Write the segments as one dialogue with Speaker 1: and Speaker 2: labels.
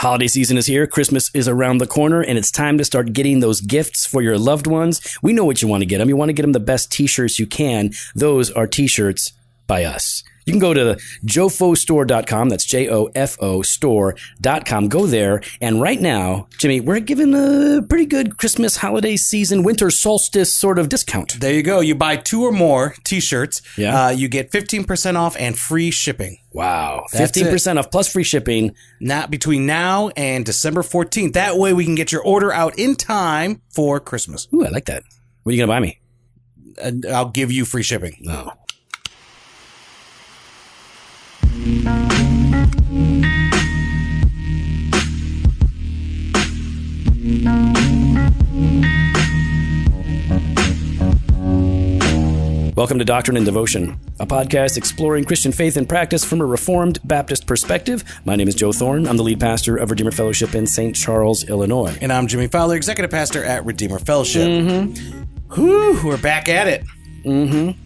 Speaker 1: Holiday season is here, Christmas is around the corner, and it's time to start getting those gifts for your loved ones. We know what you want to get them. You want to get them the best t shirts you can. Those are t shirts by us. You can go to jofostore.com. That's J O F O store.com. Go there. And right now, Jimmy, we're giving a pretty good Christmas holiday season, winter solstice sort of discount.
Speaker 2: There you go. You buy two or more T-shirts.
Speaker 1: Yeah.
Speaker 2: Uh, you get fifteen percent off and free shipping.
Speaker 1: Wow.
Speaker 2: That's
Speaker 1: 15% off plus free shipping.
Speaker 2: Not between now and December fourteenth. That way, we can get your order out in time for Christmas.
Speaker 1: Ooh, I like that. What are you going to buy me?
Speaker 2: And I'll give you free shipping.
Speaker 1: No. Welcome to Doctrine and Devotion, a podcast exploring Christian faith and practice from a Reformed Baptist perspective. My name is Joe Thorne. I'm the lead pastor of Redeemer Fellowship in St. Charles, Illinois.
Speaker 2: And I'm Jimmy Fowler, executive pastor at Redeemer Fellowship. Mm-hmm. Whew, we're back at it. Mm-hmm.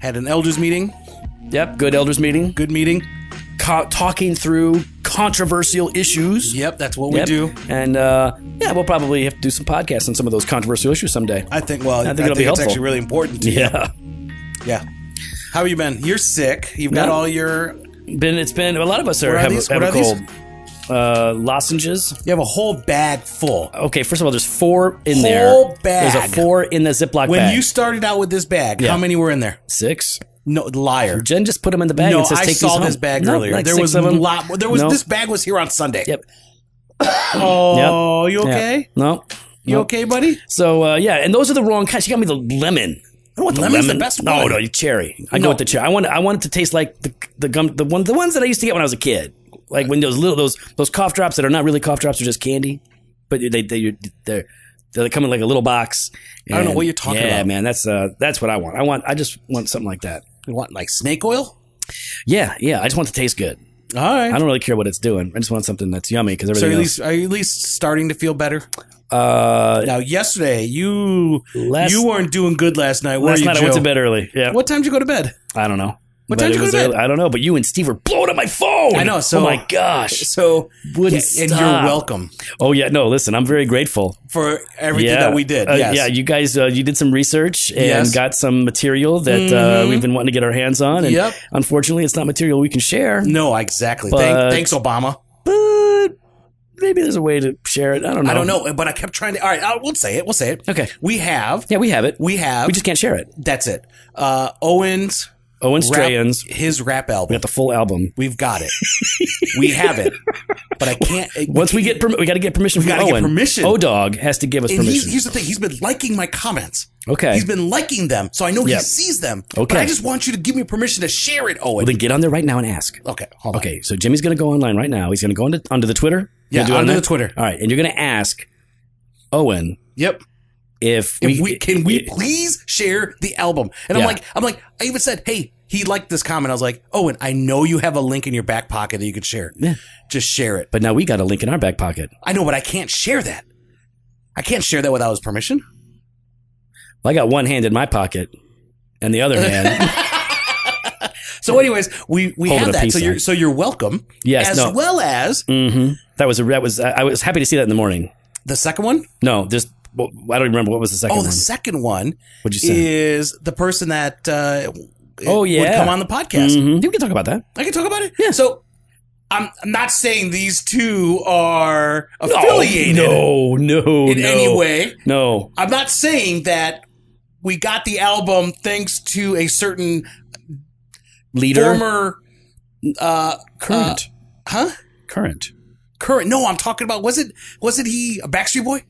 Speaker 2: Had an elders meeting.
Speaker 1: Yep, good elders meeting,
Speaker 2: Good meeting.
Speaker 1: co- talking through controversial issues.
Speaker 2: Yep, that's what we
Speaker 1: Yep.
Speaker 2: do.
Speaker 1: And uh, yeah, we'll probably have to do some podcasts on some of those controversial issues someday.
Speaker 2: I think. Well, I
Speaker 1: think
Speaker 2: think,
Speaker 1: it'll be
Speaker 2: it's
Speaker 1: helpful.
Speaker 2: actually really important. To,
Speaker 1: yeah,
Speaker 2: yeah. How have you been? You're sick. You've got
Speaker 1: Yeah.
Speaker 2: all your.
Speaker 1: been it's been a lot of us are,
Speaker 2: are
Speaker 1: have,
Speaker 2: these?
Speaker 1: have
Speaker 2: What
Speaker 1: a
Speaker 2: are these?
Speaker 1: cold. Uh, lozenges.
Speaker 2: You have a whole bag full.
Speaker 1: Okay, first of all, there's four in
Speaker 2: Whole
Speaker 1: there. There's
Speaker 2: bag.
Speaker 1: a four in the Ziploc
Speaker 2: When
Speaker 1: bag.
Speaker 2: you started out with this bag, how many were in there?
Speaker 1: six.
Speaker 2: No, liar.
Speaker 1: Jen just put them in the bag
Speaker 2: No,
Speaker 1: and says,
Speaker 2: I
Speaker 1: "Take these
Speaker 2: saw
Speaker 1: home."
Speaker 2: this bag
Speaker 1: No,
Speaker 2: earlier.
Speaker 1: like
Speaker 2: there
Speaker 1: six
Speaker 2: was
Speaker 1: of
Speaker 2: a
Speaker 1: 'em.
Speaker 2: lot. More. There was
Speaker 1: No.
Speaker 2: this bag was here on Sunday.
Speaker 1: Yep.
Speaker 2: Oh, you
Speaker 1: Yeah.
Speaker 2: okay?
Speaker 1: No.
Speaker 2: You okay, buddy?
Speaker 1: So uh, yeah, and those are the wrong kinds. She got me the lemon. I don't want the
Speaker 2: Lemon's
Speaker 1: lemon.
Speaker 2: the best
Speaker 1: no,
Speaker 2: one.
Speaker 1: no, you cherry. I go
Speaker 2: No.
Speaker 1: with the cherry. I want. I want it to taste like the the gum, the one, the ones that I used to get when I was a kid. Like when those little those those cough drops that are not really cough drops, they're just candy, but they they they're. They come in like a little box.
Speaker 2: I don't know
Speaker 1: and-
Speaker 2: what you're talking
Speaker 1: yeah,
Speaker 2: about.
Speaker 1: man, that's uh, that's what I want. I want. I just want something like that.
Speaker 2: You want like snake oil?
Speaker 1: Yeah, yeah. I just want it to taste good.
Speaker 2: All right.
Speaker 1: I don't really care what it's doing. I just want something that's yummy because
Speaker 2: So
Speaker 1: everything.
Speaker 2: at
Speaker 1: else,
Speaker 2: least are you at least starting to feel better?
Speaker 1: uh,
Speaker 2: Now yesterday you
Speaker 1: Last-
Speaker 2: you weren't doing good last night. Were
Speaker 1: last
Speaker 2: you,
Speaker 1: night
Speaker 2: Joe?
Speaker 1: I went to bed early. Yeah,
Speaker 2: What time did you go to bed?
Speaker 1: I don't know. But
Speaker 2: What time
Speaker 1: it
Speaker 2: did you
Speaker 1: was
Speaker 2: go to bed?
Speaker 1: early- I don't know, but you and Steve were blowing up my phone.
Speaker 2: I know, so-
Speaker 1: oh my gosh.
Speaker 2: So
Speaker 1: Wouldn't
Speaker 2: and you're
Speaker 1: stop.
Speaker 2: welcome
Speaker 1: Oh yeah, no. Listen, I'm very grateful.
Speaker 2: for everything
Speaker 1: yeah,
Speaker 2: that we did.
Speaker 1: Uh,
Speaker 2: yes.
Speaker 1: Yeah, you guys, uh, you did some research and
Speaker 2: Yes. Mm-hmm.
Speaker 1: got some material that uh, we've been wanting to get our hands on. And
Speaker 2: Yep.
Speaker 1: unfortunately, it's not material we can share.
Speaker 2: no, exactly.
Speaker 1: But-
Speaker 2: Thank, thanks, Obama.
Speaker 1: But maybe there's a way to share it. I don't know.
Speaker 2: I don't know, but I kept trying to. All right, I, we'll say it. We'll say it.
Speaker 1: Um, Okay.
Speaker 2: We have.
Speaker 1: Yeah, we have it.
Speaker 2: We have.
Speaker 1: We just can't share it.
Speaker 2: that's it. Uh, Owens.
Speaker 1: Owen
Speaker 2: rap-
Speaker 1: Strayans.
Speaker 2: his rap
Speaker 1: We
Speaker 2: album.
Speaker 1: got the full album.
Speaker 2: We've got it. we have it. But I can't.
Speaker 1: Once we get, permi- we got to get permission from
Speaker 2: gotta get
Speaker 1: Owen.
Speaker 2: permission.
Speaker 1: O Dog has to give us
Speaker 2: and he's,
Speaker 1: permission.
Speaker 2: here's the thing. He's been liking my comments.
Speaker 1: okay.
Speaker 2: He's been liking them, so I know
Speaker 1: Yeah.
Speaker 2: he sees them.
Speaker 1: Okay.
Speaker 2: But I just want you to give me permission to share it, Owen.
Speaker 1: well, then get on there right now and ask.
Speaker 2: okay. Hold on.
Speaker 1: Okay, so Jimmy's going to go online right now. He's going to go onto, onto the Twitter. You
Speaker 2: Yeah,
Speaker 1: gonna do it
Speaker 2: onto
Speaker 1: on
Speaker 2: the
Speaker 1: that?
Speaker 2: Twitter.
Speaker 1: All right, and you're going to ask Owen
Speaker 2: Yep.
Speaker 1: if,
Speaker 2: If we, can we
Speaker 1: i-
Speaker 2: please share the album? And
Speaker 1: Yeah.
Speaker 2: I'm like, I'm like, I even said, hey, he liked this comment. I was like, Owen, I know you have a link in your back pocket that you could share.
Speaker 1: Yeah.
Speaker 2: Just share it.
Speaker 1: But now we got a link in our back pocket.
Speaker 2: I know, but I can't share that. I can't share that without his permission.
Speaker 1: Well, I got one hand in my pocket, and the other hand.
Speaker 2: So, anyways, we we
Speaker 1: Holding a
Speaker 2: have that.
Speaker 1: peace
Speaker 2: So you're
Speaker 1: sign.
Speaker 2: so you're welcome.
Speaker 1: Yes,
Speaker 2: As
Speaker 1: no.
Speaker 2: well as
Speaker 1: hmm That was a that was. I I was happy to see that in the morning.
Speaker 2: the second one.
Speaker 1: No, just well, I don't remember what was the second
Speaker 2: Oh,
Speaker 1: one.
Speaker 2: the second one
Speaker 1: What'd you say?
Speaker 2: is the person that uh,
Speaker 1: Oh, yeah.
Speaker 2: would come on the podcast.
Speaker 1: Mhm. You can talk about that.
Speaker 2: I can talk about it. Yeah. So I'm I'm not saying these two are affiliated
Speaker 1: No, no,
Speaker 2: in
Speaker 1: no.
Speaker 2: any way.
Speaker 1: no.
Speaker 2: I'm not saying that we got the album thanks to a certain
Speaker 1: Leader,
Speaker 2: former uh,
Speaker 1: current,
Speaker 2: huh
Speaker 1: current.
Speaker 2: current. No, I'm talking about was it was it he a Backstreet Boy?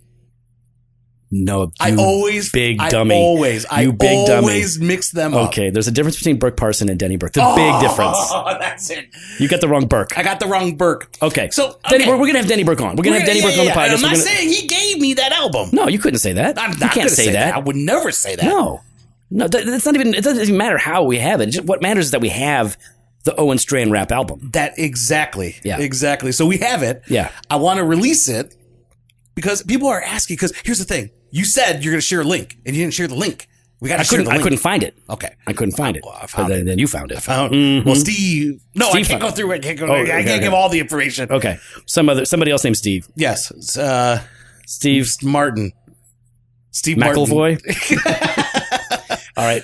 Speaker 1: No,
Speaker 2: I
Speaker 1: you-
Speaker 2: always
Speaker 1: big
Speaker 2: I
Speaker 1: dummy.
Speaker 2: Always, I
Speaker 1: You big dummy.
Speaker 2: always mix them up.
Speaker 1: Okay, there's a difference between Burke Parson and Denny Burke. The
Speaker 2: uh, Oh,
Speaker 1: big difference.
Speaker 2: That's it.
Speaker 1: You got the wrong Burke.
Speaker 2: I got the wrong Burke.
Speaker 1: Okay.
Speaker 2: So,
Speaker 1: Denny,
Speaker 2: okay.
Speaker 1: we're, we're going to have Denny Burke on. We're going to have Denny
Speaker 2: Yeah,
Speaker 1: Burke
Speaker 2: yeah,
Speaker 1: on the
Speaker 2: yeah. And
Speaker 1: podcast.
Speaker 2: I'm
Speaker 1: We're
Speaker 2: not
Speaker 1: gonna-
Speaker 2: saying he gave me that album.
Speaker 1: no, you couldn't say that.
Speaker 2: I'm
Speaker 1: you
Speaker 2: not
Speaker 1: can't
Speaker 2: gonna
Speaker 1: say, that.
Speaker 2: I would never say that.
Speaker 1: No. No, that, that's not even, it doesn't even matter how we have it. It's just- what matters is that we have the Owen Strand rap album.
Speaker 2: That exactly.
Speaker 1: Yeah.
Speaker 2: Exactly. So we have it.
Speaker 1: Yeah.
Speaker 2: I want to release it because people are asking. Because here's the thing: you said you're going to share a link, and you didn't share the link. We got
Speaker 1: I
Speaker 2: to share
Speaker 1: couldn't.
Speaker 2: the
Speaker 1: I
Speaker 2: link.
Speaker 1: couldn't find it.
Speaker 2: Okay.
Speaker 1: I couldn't find it.
Speaker 2: Well, I
Speaker 1: but
Speaker 2: found
Speaker 1: then,
Speaker 2: it.
Speaker 1: then you found it.
Speaker 2: Found. Well, Steve. No, I
Speaker 1: Mm-hmm. Steve
Speaker 2: can't go
Speaker 1: found-
Speaker 2: through. it. I can't go.
Speaker 1: Oh,
Speaker 2: I can't
Speaker 1: okay,
Speaker 2: give
Speaker 1: okay.
Speaker 2: all the information.
Speaker 1: Okay. Some other. Somebody else named Steve.
Speaker 2: Yes, it's, uh,
Speaker 1: Steve
Speaker 2: Martin. Steve Martin.
Speaker 1: McElvoy. All right.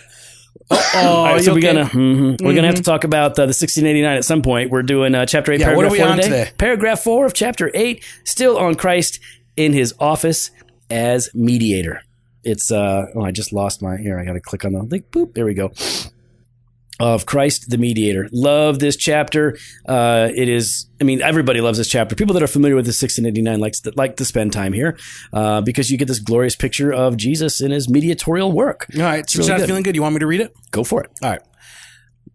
Speaker 2: Oh,
Speaker 1: All right, so
Speaker 2: you
Speaker 1: we're
Speaker 2: okay? Mm-hmm.
Speaker 1: gonna mhm. we're gonna have to talk about uh, the 1689 at some point. We're doing uh, chapter eight.
Speaker 2: Yeah, what
Speaker 1: paragraph
Speaker 2: are we
Speaker 1: four
Speaker 2: on today?
Speaker 1: Paragraph four of chapter eight. Still on Christ in his office as mediator. It's uh oh I just lost my here. I gotta click on the link. Boop. There we go. Of Christ the mediator. Love this chapter. Uh, it is. I mean, everybody loves this chapter. People that are familiar with the 1689 likes to, like to spend time here uh, because you get this glorious picture of Jesus in his mediatorial work.
Speaker 2: All right, it's
Speaker 1: really
Speaker 2: not
Speaker 1: good.
Speaker 2: feeling good. You want me to read it?
Speaker 1: Go for it.
Speaker 2: All right.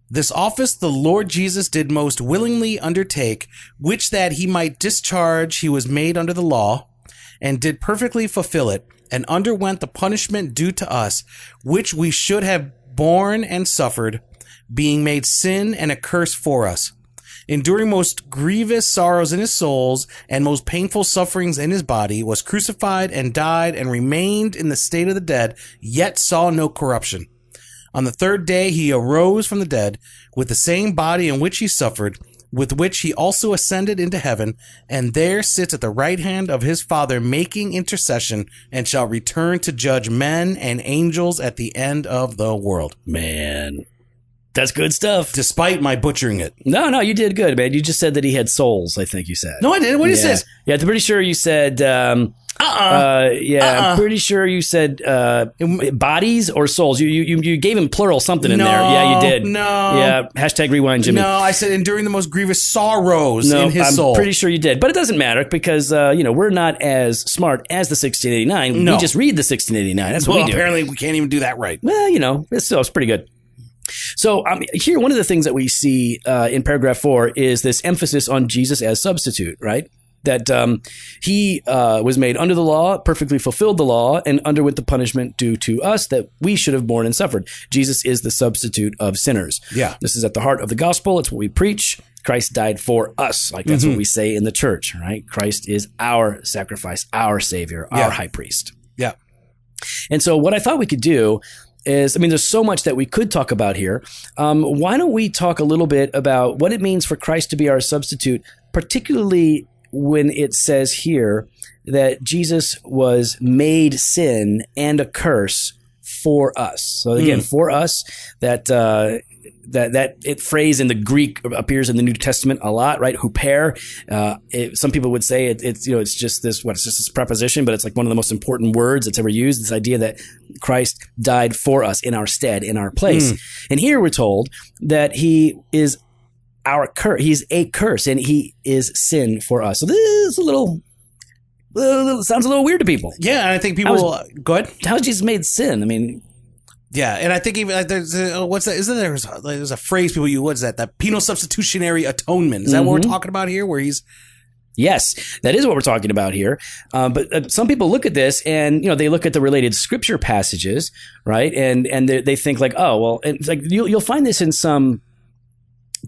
Speaker 2: This office the Lord Jesus did most willingly undertake, which that he might discharge he was made under the law, and did perfectly fulfill it, and underwent the punishment due to us, which we should have borne and suffered, being made sin and a curse for us. Enduring most grievous sorrows in his souls and most painful sufferings in his body, was crucified and died and remained in the state of the dead, yet saw no corruption. On the third day he arose from the dead with the same body in which he suffered, with which he also ascended into heaven, and there sits at the right hand of his Father making intercession, and shall return to judge men and angels at the end of the world.
Speaker 1: Man, that's good stuff.
Speaker 2: Despite my butchering it.
Speaker 1: No, no, you did good, man. You just said that he had souls. I think you said.
Speaker 2: No, I didn't. What
Speaker 1: yeah.
Speaker 2: is this?
Speaker 1: Yeah, I'm pretty sure you said. Um,
Speaker 2: Uh-uh.
Speaker 1: uh, yeah,
Speaker 2: Uh-uh.
Speaker 1: I'm pretty sure you said uh, bodies or souls. You, you you you gave him plural something in
Speaker 2: No,
Speaker 1: there. Yeah, you did.
Speaker 2: no.
Speaker 1: Yeah. Hashtag rewind, Jimmy.
Speaker 2: no, I said enduring the most grievous sorrows in his
Speaker 1: I'm
Speaker 2: soul.
Speaker 1: pretty sure you did, but it doesn't matter because uh, you know we're not as smart as the 1689.
Speaker 2: No.
Speaker 1: We just read the 1689. That's what
Speaker 2: well,
Speaker 1: we do.
Speaker 2: apparently we can't even do that right.
Speaker 1: Well, you know, it's still it's pretty good. So um, here, one of the things that we see uh, in paragraph four is this emphasis on Jesus as substitute, right? That um, he uh, was made under the law, perfectly fulfilled the law, and underwent the punishment due to us that we should have borne and suffered. Jesus is the substitute of sinners.
Speaker 2: Yeah.
Speaker 1: This is at the heart of the gospel. It's what we preach. Christ died for us. Like that's
Speaker 2: Mm-hmm.
Speaker 1: what we say in the church, right? Christ is our sacrifice, our savior,
Speaker 2: Yeah.
Speaker 1: our high priest.
Speaker 2: Yeah.
Speaker 1: And so, what I thought we could do is, I mean, there's so much that we could talk about here. Um, why don't we talk a little bit about what it means for Christ to be our substitute, particularly when it says here that Jesus was made sin and a curse for us. So again,
Speaker 2: Mm.
Speaker 1: for us, that uh, that that it phrase in the Greek appears in the New Testament a lot, right? Huper. Uh, it, some people would say it, it's you know it's just this what it's just this preposition, but it's like one of the most important words that's ever used. This idea that Christ died for us in our stead, in our place. And here we're told that He is our curse. He's a curse, and He is sin for us. So this is a little. little- sounds a little weird to people.
Speaker 2: Yeah, and I think people.
Speaker 1: was-
Speaker 2: will- go ahead.
Speaker 1: How Jesus made sin? I mean,
Speaker 2: Yeah, and I think even like, there's a, oh, what's that? Isn't there like, there's a phrase people use? What's that? That penal substitutionary atonement. Is that
Speaker 1: Mm-hmm.
Speaker 2: what we're talking about here? Where he's
Speaker 1: Yes, that is what we're talking about here. Uh, but uh, some people look at this and you know they look at the related scripture passages, right? And and they, they think like, oh well, it's like you'll, you'll find this in some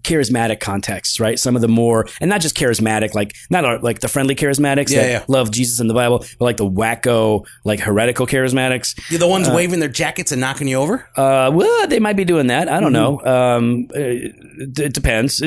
Speaker 1: charismatic contexts, right? Some of the more and not just charismatic, like not our, like the friendly charismatics
Speaker 2: Yeah,
Speaker 1: that
Speaker 2: yeah.
Speaker 1: love Jesus and the Bible, but like the wacko, like heretical charismatics.
Speaker 2: you're the ones waving their jackets and knocking you over.
Speaker 1: Uh, well, they might be doing that. I don't
Speaker 2: Mm-hmm.
Speaker 1: know. Um, it, it depends,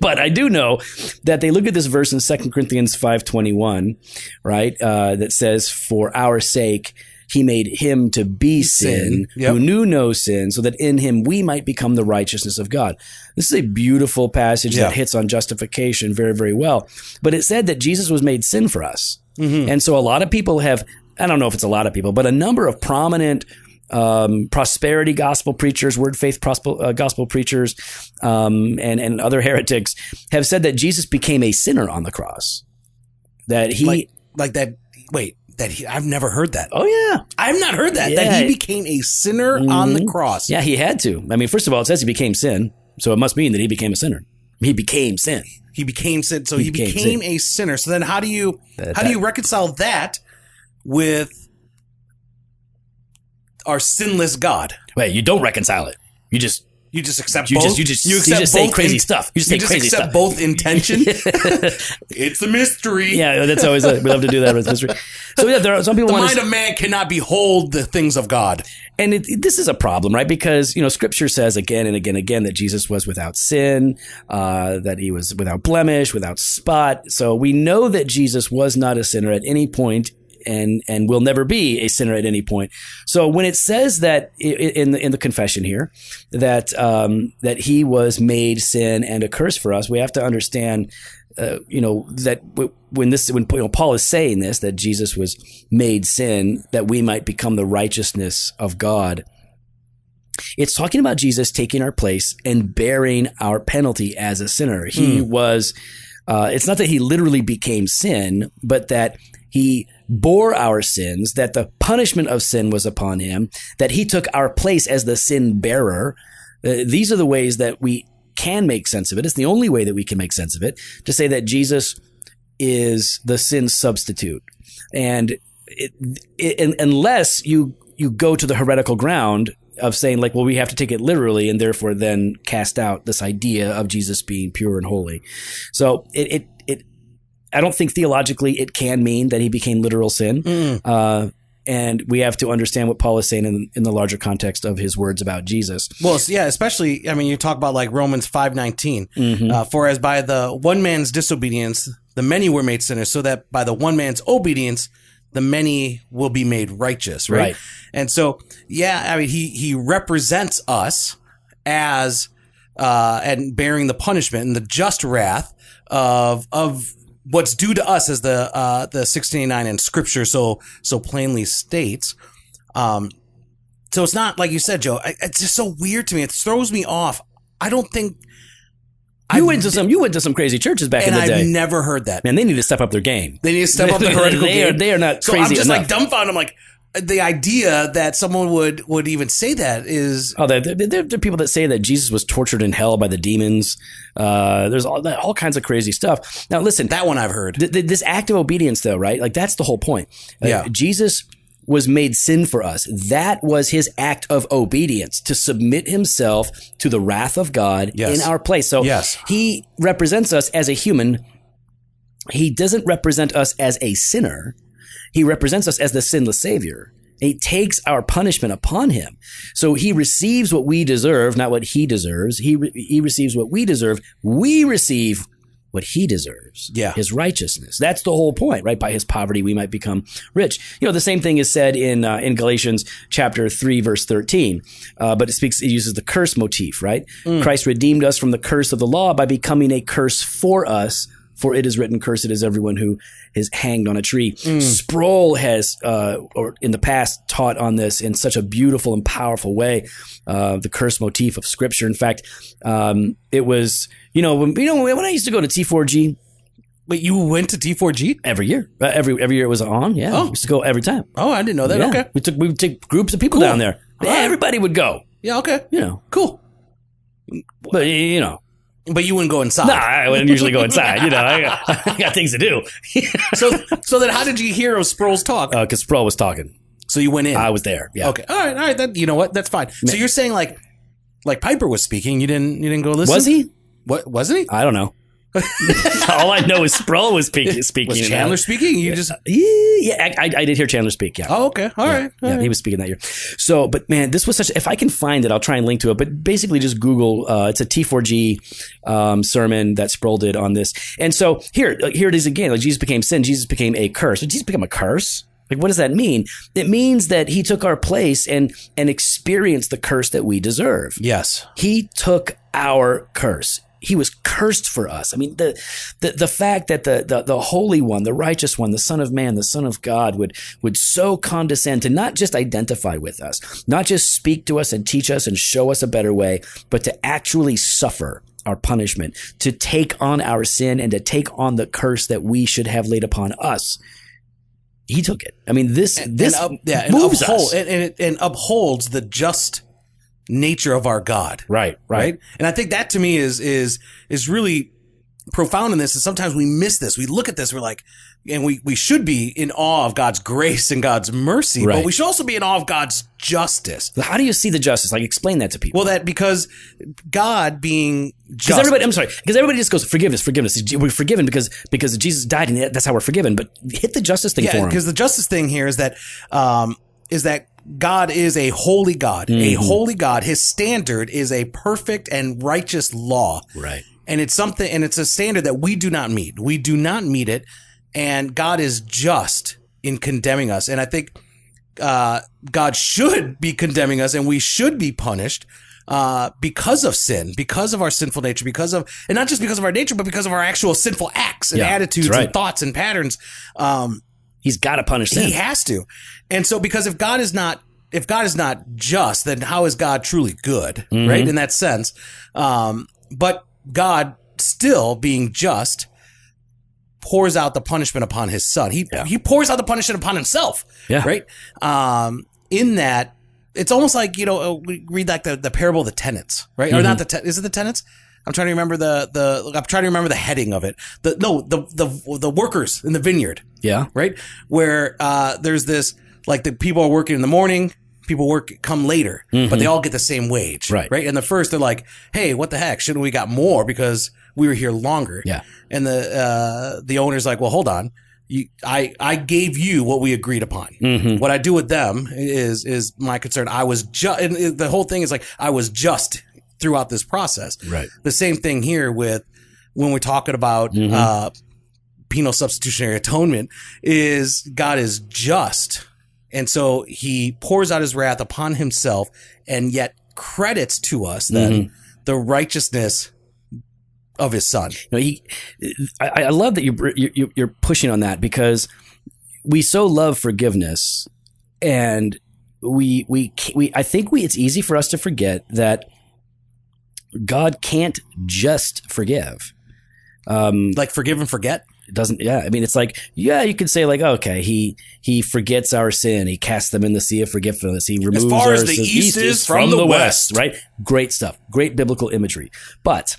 Speaker 1: but I do know that they look at this verse in 2 Corinthians five twenty one, right? Uh, that says, "For our sake." He made him to be sin,
Speaker 2: Sin. Yep.
Speaker 1: who knew no sin, so that in him we might become the righteousness of God. This is a beautiful passage
Speaker 2: Yeah.
Speaker 1: that hits on justification very, very well. But it said that Jesus was made sin for us.
Speaker 2: Mm-hmm.
Speaker 1: And so a lot of people have, I don't know if it's a lot of people, but a number of prominent um, prosperity gospel preachers, word faith gospel, uh, gospel preachers, um, and, and other heretics have said that Jesus became a sinner on the cross. That he,
Speaker 2: like like that. Wait, that he, I've never heard that.
Speaker 1: oh yeah,
Speaker 2: I've not heard that. That
Speaker 1: Yeah. Mm-hmm.
Speaker 2: he became a sinner on the cross.
Speaker 1: yeah, he had to. I mean, first of all, it says he became sin, so it must mean that he became a sinner. He became sin.
Speaker 2: He became sin. So he,
Speaker 1: became
Speaker 2: became, a sinner. So then, how do you
Speaker 1: That-
Speaker 2: how do you reconcile that with our sinless God?
Speaker 1: Wait, you don't reconcile it. You just
Speaker 2: You just accept
Speaker 1: You
Speaker 2: both.
Speaker 1: just you just you, just say
Speaker 2: both
Speaker 1: crazy
Speaker 2: in-
Speaker 1: stuff. You just say crazy
Speaker 2: accept
Speaker 1: stuff.
Speaker 2: both intention. it's a mystery.
Speaker 1: yeah, that's always we love to do that with history. So yeah, there are some people
Speaker 2: The
Speaker 1: want
Speaker 2: mind
Speaker 1: to,
Speaker 2: of man cannot behold the things of God.
Speaker 1: and it, it- this is a problem, right? Because you know, Scripture says again and again and again that Jesus was without sin, uh, that he was without blemish, without spot. So we know that Jesus was not a sinner at any point, and and will never be a sinner at any point. So when it says that i- i- in the, in the confession here that um, that he was made sin and a curse for us, we have to understand. Uh, you know that w- when this when you know, Paul is saying this that Jesus was made sin that we might become the righteousness of God. It's talking about Jesus taking our place and bearing our penalty as a sinner. He was, uh, it's not that he literally became sin, but that he bore our sins, that the punishment of sin was upon him, that he took our place as the sin bearer. Uh, these are the ways that we can make sense of it. It's the only way that we can make sense of it to say that Jesus is the sin substitute, and it, it, un- unless you you go to the heretical ground of saying like, well, we have to take it literally, and therefore then cast out this idea of Jesus being pure and holy. So it it, it I don't think theologically it can mean that he became literal sin. Uh, and we have to understand what Paul is saying in, in the larger context of his words about Jesus.
Speaker 2: Well, s- yeah, especially I mean, you talk about like Romans five Uh, For as by the one man's disobedience, the many were made sinners, so that by the one man's obedience, the many will be made righteous. Right.
Speaker 1: Right.
Speaker 2: And so, yeah, I mean, he he represents us as uh, and bearing the punishment and the just wrath of of what's due to us, as the uh, the sixty nine in Scripture so so plainly states. Um, so it's not like you said, Joe. I, it's just so weird to me. It throws me off. I don't think,
Speaker 1: You went to some you went to some crazy churches back in
Speaker 2: and
Speaker 1: the
Speaker 2: I've
Speaker 1: day.
Speaker 2: never heard that.
Speaker 1: Man, they need to step up their game.
Speaker 2: They need to step up the heretical
Speaker 1: they are
Speaker 2: game.
Speaker 1: they are not
Speaker 2: so
Speaker 1: crazy
Speaker 2: I'm just
Speaker 1: enough.
Speaker 2: like dumbfounded. I'm like, the idea that someone would would even say that is
Speaker 1: Oh, there, there, there, there are people that say that Jesus was tortured in hell by the demons. Uh, there's all, all kinds of crazy stuff. Now, listen,
Speaker 2: that one I've heard.
Speaker 1: th- th- this act of obedience, though, right? Like, that's the whole point. Uh,
Speaker 2: Yeah.
Speaker 1: Jesus was made sin for us. That was his act of obedience to submit himself to the wrath of God
Speaker 2: Yes.
Speaker 1: in our place. So
Speaker 2: Yes.
Speaker 1: he represents us as a human. He doesn't represent us as a sinner. He represents us as the sinless Savior. He takes our punishment upon him. So he receives what we deserve, not what he deserves. He, re- he receives what we deserve. We receive what he deserves
Speaker 2: Yeah.
Speaker 1: his righteousness that's the whole point right by his poverty we might become rich you know the same thing is said in uh, in galatians chapter 3 verse 13 uh, but it speaks it uses the curse motif right christ redeemed us from the curse of the law by becoming a curse for us for it is written, cursed is everyone who is hanged on a tree. Sproul has, uh, or in the past, taught on this in such a beautiful and powerful way, uh, the curse motif of Scripture. In fact, um, it was, you know, when, you know, when I used to go to T4G
Speaker 2: But you went to T4G?
Speaker 1: every year, uh, every every year it was on. Yeah,
Speaker 2: Oh.
Speaker 1: we used to go every time.
Speaker 2: Oh, I didn't know that.
Speaker 1: Yeah.
Speaker 2: Okay.
Speaker 1: we took we would take groups of people
Speaker 2: Cool.
Speaker 1: down there.
Speaker 2: All right.
Speaker 1: Everybody would go,
Speaker 2: Yeah. Okay.
Speaker 1: you know,
Speaker 2: Cool.
Speaker 1: but you know,
Speaker 2: But you wouldn't go inside.
Speaker 1: nah, I wouldn't usually go inside. You know, I got, I got things to do.
Speaker 2: So so then how did you hear of Sproul's talk?
Speaker 1: Because Sproul was talking,
Speaker 2: so you went in.
Speaker 1: Uh, I was there. Yeah.
Speaker 2: okay. All right. All right. That you know what? That's fine. So you're saying like like Piper was speaking. You didn't you didn't go listen.
Speaker 1: Was he?
Speaker 2: What wasn't he?
Speaker 1: I don't know. All I know is Sproul was speak, speaking.
Speaker 2: Was
Speaker 1: in that.
Speaker 2: Chandler speaking? You just
Speaker 1: Yeah, I, I, I did hear Chandler speak. Yeah.
Speaker 2: oh okay. All right. all
Speaker 1: yeah,
Speaker 2: right.
Speaker 1: he was speaking that year. So, but man, this was such. If I can find it, I'll try and link to it. But basically, just Google. Uh, it's a T4G um, sermon that Sproul did on this. And so here, like, here it is again. Like Jesus became sin. Jesus became a curse. Did Jesus become a curse? Like, what does that mean? It means that he took our place and and experienced the curse that we deserve.
Speaker 2: Yes.
Speaker 1: He took our curse. He was cursed for us. I mean, the the, the fact that the, the the holy one, the righteous one, the Son of Man, the Son of God would would so condescend to not just identify with us, not just speak to us and teach us and show us a better way, but to actually suffer our punishment, to take on our sin and to take on the curse that we should have laid upon us. He took it. I mean, this this
Speaker 2: and up, yeah, and
Speaker 1: moves
Speaker 2: uphold,
Speaker 1: us.
Speaker 2: And, and, it- and upholds the just nature of our God.
Speaker 1: right,
Speaker 2: right? And I think that to me is is is really profound in this. And sometimes we miss this. We look at this, we're like, and we, we should be in awe of God's grace and God's mercy,
Speaker 1: Right.
Speaker 2: but we should also be in awe of God's justice.
Speaker 1: How do you see the justice? Like, explain that to people.
Speaker 2: Well, that because God being
Speaker 1: Because
Speaker 2: just,
Speaker 1: everybody, I'm sorry, because everybody just goes forgiveness, forgiveness. We're forgiven because because Jesus died, and that's how we're forgiven. But hit the justice thing
Speaker 2: yeah,
Speaker 1: for him.
Speaker 2: because the justice thing here is that um, is that God is a holy God, a
Speaker 1: Mm-hmm.
Speaker 2: holy God. His standard is a perfect and righteous law,
Speaker 1: Right.
Speaker 2: and it's something, and it's a standard that we do not meet. We do not meet it, and God is just in condemning us. And I think uh, God should be condemning us, and we should be punished. Uh, because of sin, because of our sinful nature, because of, and not just because of our nature, but because of our actual sinful acts and
Speaker 1: Yeah, that's
Speaker 2: attitudes
Speaker 1: right.
Speaker 2: and thoughts and patterns. Um,
Speaker 1: He's got to punish
Speaker 2: he
Speaker 1: sin.
Speaker 2: has to. And so because if God is not if God is not just, then how is God truly good? Right? In that sense. Um, but God still being just pours out the punishment upon his son. He he pours out the punishment upon himself.
Speaker 1: Yeah.
Speaker 2: Right? Um, in that it's almost like, you know, uh, we read like the, the parable of the tenants, right? Or not the ten- is it the tenants? I'm trying to remember the the I'm trying to remember the heading of it. The no, the the the workers in the vineyard
Speaker 1: Yeah.
Speaker 2: right? Where uh, there's this like the people are working in the morning, people work come later, but they all get the same wage,
Speaker 1: Mm-hmm. Right.
Speaker 2: Right? And the first they're like, "Hey, what the heck? Shouldn't we got more because we were here longer?"
Speaker 1: Yeah.
Speaker 2: And the uh, the owner's like, "Well, hold on." You, I, I gave you what we agreed upon.
Speaker 1: Mm-hmm.
Speaker 2: What I do with them is is my concern. I was just and it- the whole thing is like I was just throughout this process.
Speaker 1: Right.
Speaker 2: The same thing here with when we're talking about
Speaker 1: Mm-hmm.
Speaker 2: uh, penal substitutionary atonement is God is just. And so he pours out his wrath upon himself and yet credits to us then
Speaker 1: Mm-hmm.
Speaker 2: the righteousness of his son.
Speaker 1: No, he, I, I love that you you you're pushing on that because we so love forgiveness, and we we ca- we I think we it's easy for us to forget that God can't just forgive. Um,
Speaker 2: Like forgive and forget.
Speaker 1: it doesn't yeah i mean it's like yeah you could say like oh, okay he he forgets our sin he casts them in the sea of forgetfulness he removes
Speaker 2: far
Speaker 1: our
Speaker 2: as the
Speaker 1: sins.
Speaker 2: east is from the west.
Speaker 1: right great stuff great biblical imagery but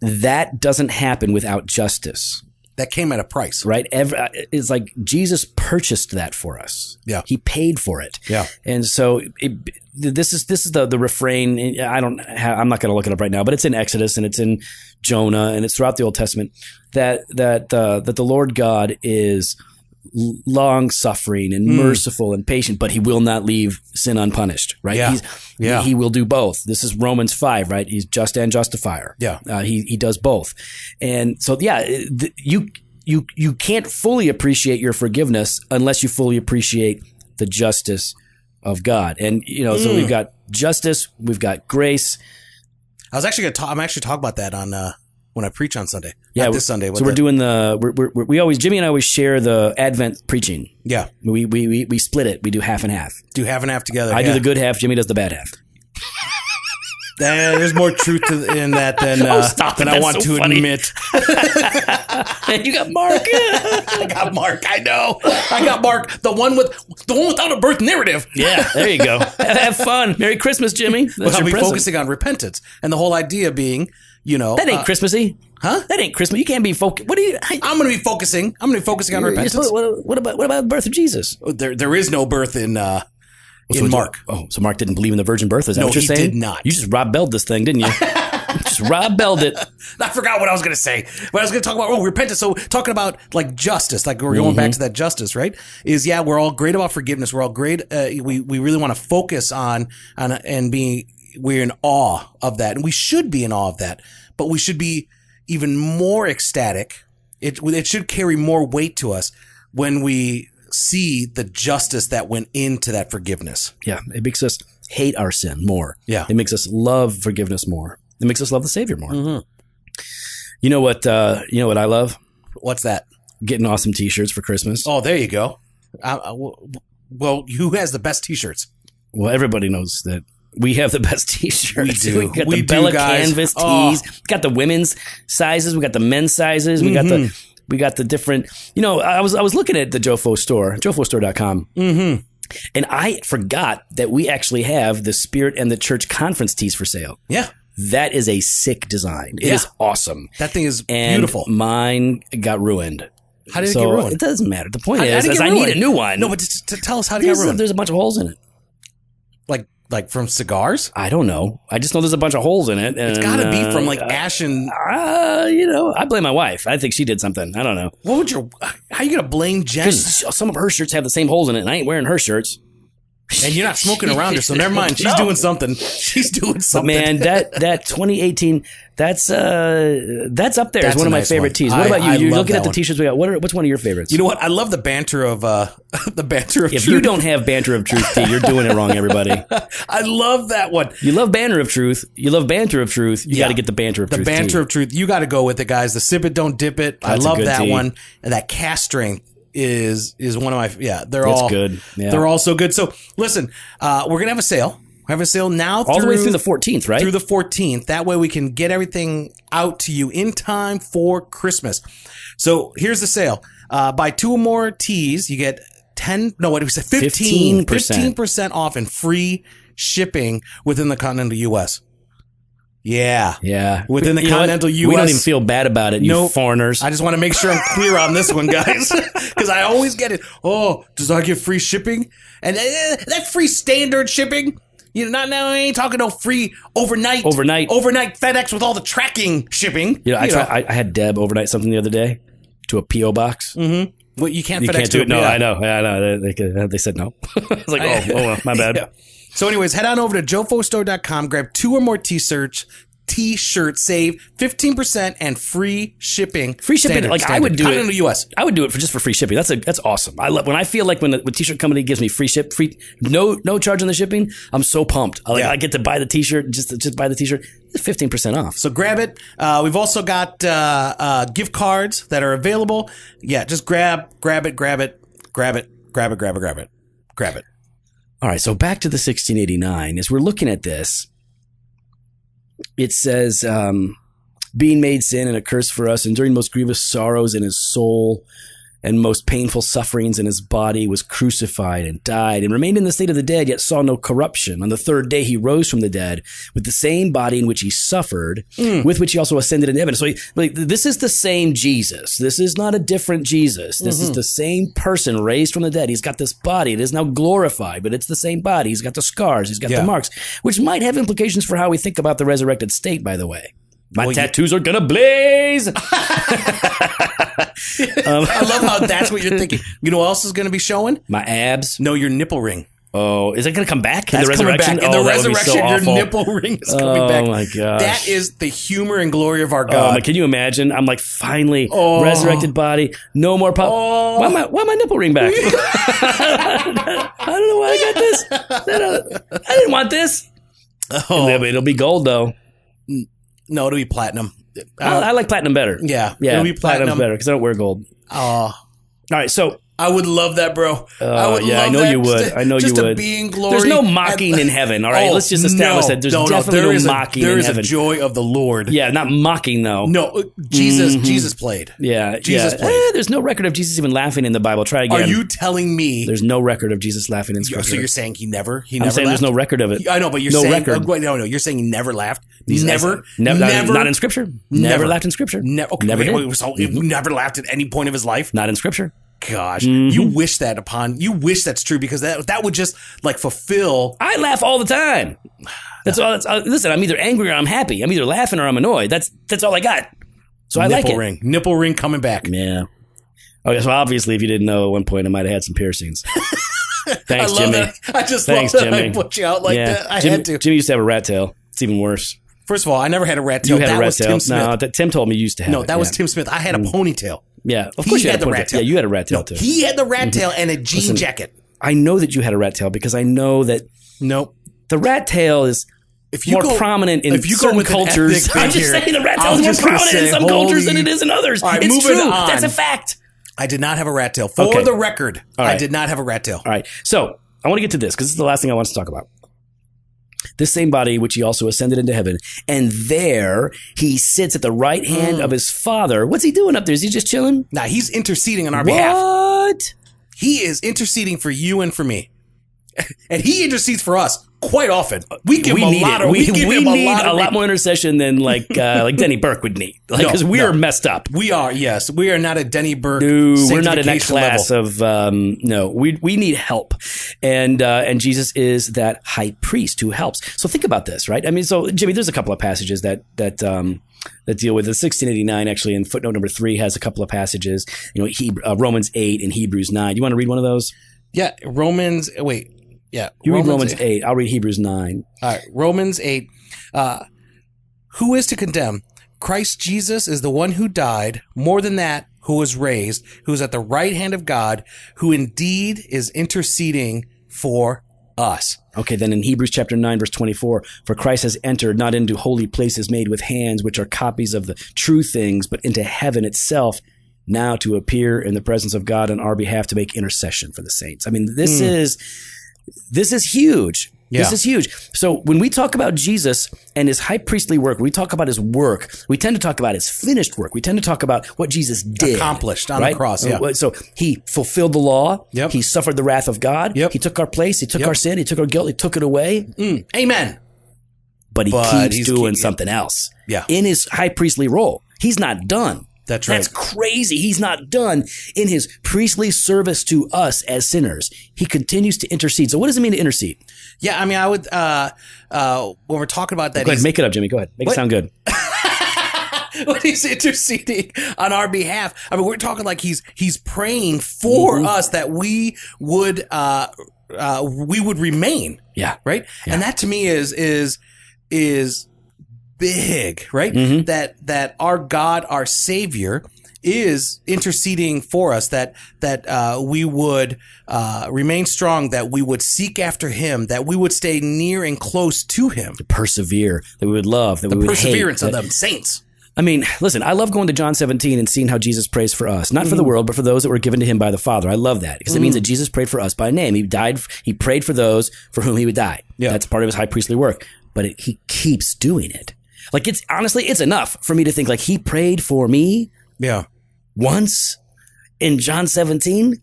Speaker 1: that doesn't happen without justice
Speaker 2: That came at a price.
Speaker 1: right Every, uh, it's like jesus purchased that for us
Speaker 2: Yeah.
Speaker 1: he paid for it
Speaker 2: Yeah.
Speaker 1: and so it, this is this is the the refrain. I don't. ha- I'm not going to look it up right now, but it's in Exodus and it's in Jonah and it's throughout the Old Testament that that uh, that the Lord God is long suffering
Speaker 2: Hmm.
Speaker 1: and merciful and patient, but He will not leave sin unpunished. Right?
Speaker 2: Yeah.
Speaker 1: He's,
Speaker 2: Yeah.
Speaker 1: He will do both. This is Romans five. Right? He's just and justifier.
Speaker 2: Yeah.
Speaker 1: Uh, he he does both, and so yeah, it- th- you you you can't fully appreciate your forgiveness unless you fully appreciate the justice of God. And you know, so we've
Speaker 2: Mm.
Speaker 1: got justice, we've got grace.
Speaker 2: I was actually going to talk, I'm actually talking about that on, uh, when I preach on Sunday.
Speaker 1: Yeah,
Speaker 2: Not
Speaker 1: we-
Speaker 2: this Sunday. but
Speaker 1: So we're
Speaker 2: the-
Speaker 1: doing the we're, we're, we're- we always Jimmy and I always share the Advent preaching.
Speaker 2: yeah.
Speaker 1: We we we, we split it. We do half and half.
Speaker 2: Do half and half together.
Speaker 1: I
Speaker 2: yeah.
Speaker 1: do the good half. Jimmy does the bad half.
Speaker 2: Eh, There's more truth to, in that than, uh,
Speaker 1: stop it.
Speaker 2: than I
Speaker 1: That's
Speaker 2: want
Speaker 1: so
Speaker 2: to
Speaker 1: funny.
Speaker 2: admit.
Speaker 1: you got Mark.
Speaker 2: I got Mark. I know. I got Mark. The one with the one without a birth narrative.
Speaker 1: yeah, there you go. have fun. Merry Christmas, Jimmy. That's
Speaker 2: But I'll
Speaker 1: your
Speaker 2: be
Speaker 1: present.
Speaker 2: focusing on repentance and the whole idea being, you know,
Speaker 1: That ain't
Speaker 2: uh,
Speaker 1: Christmassy,
Speaker 2: huh?
Speaker 1: That ain't Christmas. You can't be focused. What do you? I,
Speaker 2: I'm going to be focusing. I'm going to be focusing on repentance.
Speaker 1: What, what about what about the birth of Jesus?
Speaker 2: there, there is no birth in uh, in Mark.
Speaker 1: Oh, so Mark didn't believe in the virgin birth? Is that
Speaker 2: No,
Speaker 1: what you're
Speaker 2: he
Speaker 1: saying?
Speaker 2: did not.
Speaker 1: You just Rob Belled this thing, didn't you? just Rob Belled it.
Speaker 2: I forgot what I was going to say, but I was going to talk about oh repentance. So talking about like justice, like we're going back to that justice, right? Is yeah, we're all great about forgiveness. We're all great. Uh, we we really want to focus on on and being we're in awe of that, and we should be in awe of that. But we should be even more ecstatic. It it should carry more weight to us when we see the justice that went into that forgiveness.
Speaker 1: Yeah, it makes us hate our sin more.
Speaker 2: Yeah.
Speaker 1: It makes us love forgiveness more. It makes us love the Savior more. You know what? Uh, you know what I love?
Speaker 2: What's that?
Speaker 1: Getting awesome T-shirts for Christmas.
Speaker 2: Oh, there you go. Uh, uh, w- well, who has the best T-shirts?
Speaker 1: Well, everybody knows that we have the best T-shirts.
Speaker 2: We do.
Speaker 1: We've got
Speaker 2: We
Speaker 1: the
Speaker 2: do,
Speaker 1: Bella
Speaker 2: guys.
Speaker 1: canvas tees.
Speaker 2: Oh.
Speaker 1: We've got the women's sizes. We got the men's sizes. We got the
Speaker 2: Mm-hmm.
Speaker 1: we got the different. You know, I was I was looking at the Jofo store, jofostore.com. Mm-hmm. And I forgot that we actually have the Spirit and the Church conference tees for sale.
Speaker 2: Yeah.
Speaker 1: That is a sick design. It is
Speaker 2: Yeah.
Speaker 1: awesome.
Speaker 2: That thing is
Speaker 1: And
Speaker 2: beautiful.
Speaker 1: mine got ruined.
Speaker 2: How did
Speaker 1: so
Speaker 2: it get ruined?
Speaker 1: It doesn't matter. The point
Speaker 2: How- how
Speaker 1: is,
Speaker 2: did it
Speaker 1: is
Speaker 2: get
Speaker 1: I need a
Speaker 2: ruined?
Speaker 1: new one.
Speaker 2: no, but just t- tell us how it got
Speaker 1: there's a,
Speaker 2: ruined.
Speaker 1: there's a bunch of holes in it.
Speaker 2: like like from cigars.
Speaker 1: I don't know. I just know there's a bunch of holes in it.
Speaker 2: It's got to be from like ash and.
Speaker 1: uh, you know, I blame my wife. I think she did something. I don't know.
Speaker 2: What would your? How you gonna blame Jen?
Speaker 1: Because some of her shirts have the same holes in it, and I ain't wearing her shirts.
Speaker 2: And you're not smoking around her, so never mind. She's
Speaker 1: No.
Speaker 2: doing something. She's doing
Speaker 1: But
Speaker 2: something.
Speaker 1: man, that that 2018, that's uh, that's up there. It's
Speaker 2: That's
Speaker 1: one
Speaker 2: a
Speaker 1: of my
Speaker 2: nice
Speaker 1: favorite
Speaker 2: one.
Speaker 1: tees. What
Speaker 2: I-
Speaker 1: about you?
Speaker 2: I
Speaker 1: You're
Speaker 2: love
Speaker 1: looking
Speaker 2: that
Speaker 1: at the
Speaker 2: one.
Speaker 1: t-shirts we got. What are, what's one of your favorites?
Speaker 2: you know what? I love the banter of uh the banter of
Speaker 1: if
Speaker 2: truth.
Speaker 1: you don't have banter of truth tee, you're doing it wrong, everybody.
Speaker 2: I love that one.
Speaker 1: You love banter of truth. You love banter of truth. You
Speaker 2: Yeah.
Speaker 1: got to get the banter of
Speaker 2: The
Speaker 1: truth.
Speaker 2: banter
Speaker 1: tee.
Speaker 2: of truth. You got to go with it, guys. The sip it, don't dip it.
Speaker 1: That's a
Speaker 2: I love
Speaker 1: good
Speaker 2: that
Speaker 1: tea.
Speaker 2: one. And that cast strength is is one of my yeah. They're
Speaker 1: That's
Speaker 2: all
Speaker 1: good. Yeah.
Speaker 2: They're all so good. So listen, uh, we're gonna have a sale. We have a sale now
Speaker 1: all the way through the 14th, right?
Speaker 2: through the 14th. That way we can get everything out to you in time for Christmas. So here's the sale. Uh, buy two or more teas, you get 10, no, what did we say? 15,
Speaker 1: 15%.
Speaker 2: 15% off and free shipping within the continental U.S. Yeah.
Speaker 1: yeah,
Speaker 2: Within the
Speaker 1: You know what?
Speaker 2: continental
Speaker 1: we don't
Speaker 2: US.
Speaker 1: even feel bad about it. You
Speaker 2: Nope.
Speaker 1: foreigners.
Speaker 2: I just want to make sure I'm clear on this one, guys, because I always get it. Oh, does I get free shipping? And eh, that free standard shipping. You know, not now. I ain't talking no free overnight,
Speaker 1: Overnight.
Speaker 2: overnight FedEx with all the tracking shipping.
Speaker 1: You know, I,
Speaker 2: You
Speaker 1: try, I, I had Deb overnight something the other day to a PO box.
Speaker 2: Well, you can't
Speaker 1: You
Speaker 2: FedEx
Speaker 1: can't do it.
Speaker 2: Mm-hmm. to a
Speaker 1: No,
Speaker 2: PO.
Speaker 1: I know. Yeah, I know. They, they- they said no. I was like, oh, oh well, my bad.
Speaker 2: Yeah. So, anyways, head on over to jofostore.com, grab two or more t-shirts, t-shirts, save fifteen percent and free shipping.
Speaker 1: Free shipping, like, I would do it-
Speaker 2: Continental U.S.
Speaker 1: I would do it for just for free shipping. That's a that's awesome. I love when I feel like when the when t-shirt company gives me free ship, free no no charge on the shipping. I'm so pumped. I, like,
Speaker 2: Yeah.
Speaker 1: I get to buy the t-shirt just just buy the t-shirt. Fifteen percent off.
Speaker 2: So grab it. Uh, we've also got uh, uh, gift cards that are available. Yeah, just grab, grab it, grab it, grab it, grab it, grab it, grab it, grab it.
Speaker 1: All right, so back to the 1689. As we're looking at this, it says, um, being made sin and a curse for us, enduring most grievous sorrows in his soul and most painful sufferings in his body, was crucified and died and remained in the state of the dead, yet saw no corruption. On the third day, he rose from the dead with the same body in which he suffered,
Speaker 2: Hmm.
Speaker 1: with which he also ascended in heaven. So, he, like, this is the same Jesus. This is not a different Jesus. This
Speaker 2: Mm-hmm.
Speaker 1: is the same person raised from the dead. He's got this body. It is now glorified, but it's the same body. He's got the scars. He's got
Speaker 2: Yeah.
Speaker 1: the marks, which might have implications for how we think about the resurrected state, by the way. My
Speaker 2: Well, you-
Speaker 1: tattoos are gonna blaze.
Speaker 2: I love how that's what you're thinking. You know what else is going to be showing?
Speaker 1: My abs.
Speaker 2: No, your nipple ring.
Speaker 1: Oh, is it gonna come back in
Speaker 2: That's
Speaker 1: the
Speaker 2: coming
Speaker 1: resurrection?
Speaker 2: back. In the
Speaker 1: Oh, that would be
Speaker 2: resurrection,
Speaker 1: so
Speaker 2: your
Speaker 1: awful.
Speaker 2: nipple ring is coming
Speaker 1: Oh
Speaker 2: back.
Speaker 1: my gosh.
Speaker 2: That is the humor and glory of our
Speaker 1: Oh,
Speaker 2: God.
Speaker 1: man, can you imagine? I'm like, finally, resurrected body, no more pop.
Speaker 2: Oh.
Speaker 1: Why my why my nipple ring back? I don't know why I got this. I, don't- I didn't want this.
Speaker 2: Oh.
Speaker 1: It'll, be- it'll be gold though.
Speaker 2: no, it'll be platinum.
Speaker 1: I, I like platinum better.
Speaker 2: Uh, yeah,
Speaker 1: yeah,
Speaker 2: it'll be
Speaker 1: platinum's
Speaker 2: platinum.
Speaker 1: better because I don't wear gold.
Speaker 2: Oh,
Speaker 1: All right, so
Speaker 2: I would love that, bro. I would
Speaker 1: Uh, yeah, I know you would.
Speaker 2: Just a-
Speaker 1: I know you
Speaker 2: just a
Speaker 1: would.
Speaker 2: being glory. Oh,
Speaker 1: there's no
Speaker 2: and-
Speaker 1: mocking in heaven. All right, let's just establish that there's definitely
Speaker 2: there
Speaker 1: no
Speaker 2: is a-
Speaker 1: mocking
Speaker 2: There
Speaker 1: in
Speaker 2: is
Speaker 1: heaven.
Speaker 2: a joy of the Lord.
Speaker 1: yeah, Mm-hmm. not mocking though.
Speaker 2: No, uh, Jesus, Jesus played.
Speaker 1: Yeah,
Speaker 2: Jesus
Speaker 1: yeah.
Speaker 2: played.
Speaker 1: Eh, there's no record of Jesus even laughing in the Bible. Try again.
Speaker 2: Are you telling me?
Speaker 1: There's no record of Jesus laughing in
Speaker 2: so
Speaker 1: Scripture.
Speaker 2: you're saying he never? He
Speaker 1: I'm
Speaker 2: never.
Speaker 1: saying
Speaker 2: laughed?
Speaker 1: there's no record of it.
Speaker 2: I know, but you're
Speaker 1: no
Speaker 2: saying
Speaker 1: record.
Speaker 2: uh, wait, no, no. You're saying he never laughed.
Speaker 1: These-
Speaker 2: never,
Speaker 1: never, not-
Speaker 2: never,
Speaker 1: not in Scripture. Never,
Speaker 2: Never.
Speaker 1: laughed in Scripture.
Speaker 2: ne- okay,
Speaker 1: never
Speaker 2: wait,
Speaker 1: did. Mm-hmm.
Speaker 2: wait, so he never laughed at any point of his life.
Speaker 1: Not in Scripture.
Speaker 2: Gosh, you
Speaker 1: Mm-hmm.
Speaker 2: wish that upon you wish that's true because that that would just like fulfill.
Speaker 1: I laugh all the time. That's all. That's, uh, listen, I'm either angry or I'm happy. I'm either laughing or I'm annoyed. That's that's all I got. So I like
Speaker 2: nipple
Speaker 1: it.
Speaker 2: ring, nipple ring coming back.
Speaker 1: Yeah. Okay, so obviously, if you didn't know, at one point I might have had some piercings. Thanks, Jimmy.
Speaker 2: that. I just
Speaker 1: Thanks,
Speaker 2: love that
Speaker 1: Jimmy.
Speaker 2: I put you out like
Speaker 1: yeah,
Speaker 2: that. I
Speaker 1: Jimmy,
Speaker 2: had to.
Speaker 1: Jimmy used to have a rat tail. It's even worse.
Speaker 2: First of all, I never had a rat
Speaker 1: You
Speaker 2: tail.
Speaker 1: had
Speaker 2: that
Speaker 1: a rat
Speaker 2: was
Speaker 1: tail.
Speaker 2: Tim Smith.
Speaker 1: No, that, Tim told me you used to have.
Speaker 2: No,
Speaker 1: it,
Speaker 2: that was
Speaker 1: yeah.
Speaker 2: Tim Smith. I had a ponytail.
Speaker 1: Yeah, of
Speaker 2: He
Speaker 1: course you
Speaker 2: had
Speaker 1: had, a
Speaker 2: the
Speaker 1: ponytail.
Speaker 2: rat tail.
Speaker 1: Yeah, you had a rat tail too. Mm-hmm.
Speaker 2: He had the rat tail and a jean jacket.
Speaker 1: I know that you had a rat tail because I know that
Speaker 2: Nope.
Speaker 1: the rat tail is
Speaker 2: If
Speaker 1: more prominent in
Speaker 2: if you go
Speaker 1: certain
Speaker 2: with an
Speaker 1: cultures.
Speaker 2: ethnic
Speaker 1: I'm
Speaker 2: thing
Speaker 1: just
Speaker 2: here,
Speaker 1: saying the rat
Speaker 2: I
Speaker 1: tail
Speaker 2: was
Speaker 1: is more
Speaker 2: just gonna
Speaker 1: prominent in
Speaker 2: say,
Speaker 1: some cultures than it
Speaker 2: holy-
Speaker 1: is in others.
Speaker 2: All right,
Speaker 1: it's
Speaker 2: moving
Speaker 1: true.
Speaker 2: on.
Speaker 1: That's a fact.
Speaker 2: I did not have a rat tail. For
Speaker 1: Okay.
Speaker 2: the record,
Speaker 1: All right.
Speaker 2: I did not have a rat tail.
Speaker 1: All right. So I want to get to this because this is the last thing I want to talk about. This same body, which he also ascended into heaven, and there he sits at the right hand
Speaker 2: Mm.
Speaker 1: of his father. What's he doing up there? Is he just chilling?
Speaker 2: Now he's interceding on our behalf.
Speaker 1: What?
Speaker 2: He is interceding for you and for me, and he intercedes for us. quite often. We give
Speaker 1: we
Speaker 2: him a
Speaker 1: need
Speaker 2: lot
Speaker 1: it.
Speaker 2: of
Speaker 1: we
Speaker 2: give
Speaker 1: we
Speaker 2: him
Speaker 1: need
Speaker 2: a lot, of
Speaker 1: more intercession than like uh, like Denny Burke would need
Speaker 2: No,
Speaker 1: because we
Speaker 2: no.
Speaker 1: are messed up.
Speaker 2: We are yes, we are not at Denny Burke.
Speaker 1: No, we're not in that
Speaker 2: sanctification
Speaker 1: class
Speaker 2: level.
Speaker 1: of um, no. We we need help, and uh, and Jesus is that high priest who helps. So think about this, right? I mean, so Jimmy, there's a couple of passages that that um, that deal with the 1689. Actually, in footnote number three has a couple of passages. You know, he, uh, Romans eight and Hebrews nine. You want to read one of those?
Speaker 2: Yeah, Romans. Wait, yeah,
Speaker 1: You read Romans eight. I'll read Hebrews nine.
Speaker 2: All right, Romans 8. Uh, who is to condemn? Christ Jesus is the one who died, more than that, who was raised, who is at the right hand of God, who indeed is interceding for us.
Speaker 1: Okay, then in Hebrews chapter 9, verse 24, for Christ has entered not into holy places made with hands, which are copies of the true things, but into heaven itself, now to appear in the presence of God on our behalf to make intercession for the saints. I mean, this is this is huge. This
Speaker 2: Hmm. Yeah.
Speaker 1: is huge. So when we talk about Jesus and his high priestly work, we talk about his work. We tend to talk about his finished work. We tend to talk about what Jesus did
Speaker 2: Accomplished on the cross, yeah.
Speaker 1: So he fulfilled the law.
Speaker 2: Yep.
Speaker 1: He suffered the wrath of God.
Speaker 2: Yep.
Speaker 1: He took our place. He took
Speaker 2: Yep.
Speaker 1: our sin. He took our guilt. He took it away.
Speaker 2: Mm, Amen.
Speaker 1: But he
Speaker 2: But he's
Speaker 1: keeps doing
Speaker 2: keep-
Speaker 1: something else.
Speaker 2: Yeah.
Speaker 1: In his high priestly role, he's not done.
Speaker 2: That's
Speaker 1: That's crazy. He's not done in his priestly service to us as sinners. He continues to intercede. So what does it mean to intercede?
Speaker 2: Yeah, I mean, I would, uh, uh, when we're talking about that,
Speaker 1: Go ahead,
Speaker 2: he's,
Speaker 1: make it up, Jimmy. Go ahead. Make it
Speaker 2: What?
Speaker 1: sound good.
Speaker 2: when he's interceding on our behalf, I mean, we're talking like he's, he's praying for
Speaker 1: Mm-hmm.
Speaker 2: us that we would, uh, uh, we would remain.
Speaker 1: Yeah.
Speaker 2: right and that to me is is is big right
Speaker 1: Mm-hmm.
Speaker 2: that that our god our savior is interceding for us that that uh, we would uh, remain strong that we would seek after him that we would stay near and close to him
Speaker 1: Persevere. That we would love. That we would
Speaker 2: perseverance
Speaker 1: hate,
Speaker 2: of
Speaker 1: that-
Speaker 2: them saints
Speaker 1: I mean, listen, I love going to John 17 and seeing how Jesus prays for us, not for the world, but for those that were given to him by the Father. I love that because it means that Jesus prayed for us by name. He died, he prayed for those for whom he would die.
Speaker 2: Yeah.
Speaker 1: That's part of his high priestly work, but it, he keeps doing it. Like it's honestly, it's enough for me to think like he prayed for me
Speaker 2: yeah
Speaker 1: once in John 17.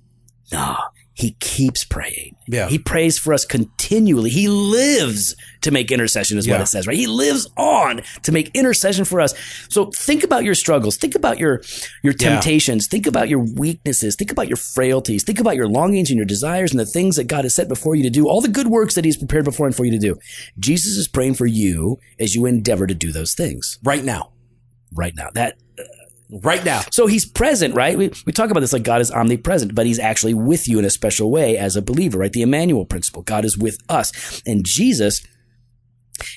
Speaker 1: No, he keeps praying.
Speaker 2: Yeah.
Speaker 1: He prays for us continually. He lives to make intercession, is what
Speaker 2: Yeah.
Speaker 1: it says, right? He lives on to make intercession for us. So think about your struggles. Think about your your
Speaker 2: Yeah.
Speaker 1: temptations. Think about your weaknesses. Think about your frailties. Think about your longings and your desires and the things that God has set before you to do, all the good works that He's prepared before and for you to do. Jesus is praying for you as you endeavor to do those things
Speaker 2: right now
Speaker 1: right now. That
Speaker 2: right now
Speaker 1: so he's present, right? We, we talk about this like God is omnipresent, but he's actually with you in a special way as a believer, right? The Emmanuel principle. God is with us. And Jesus,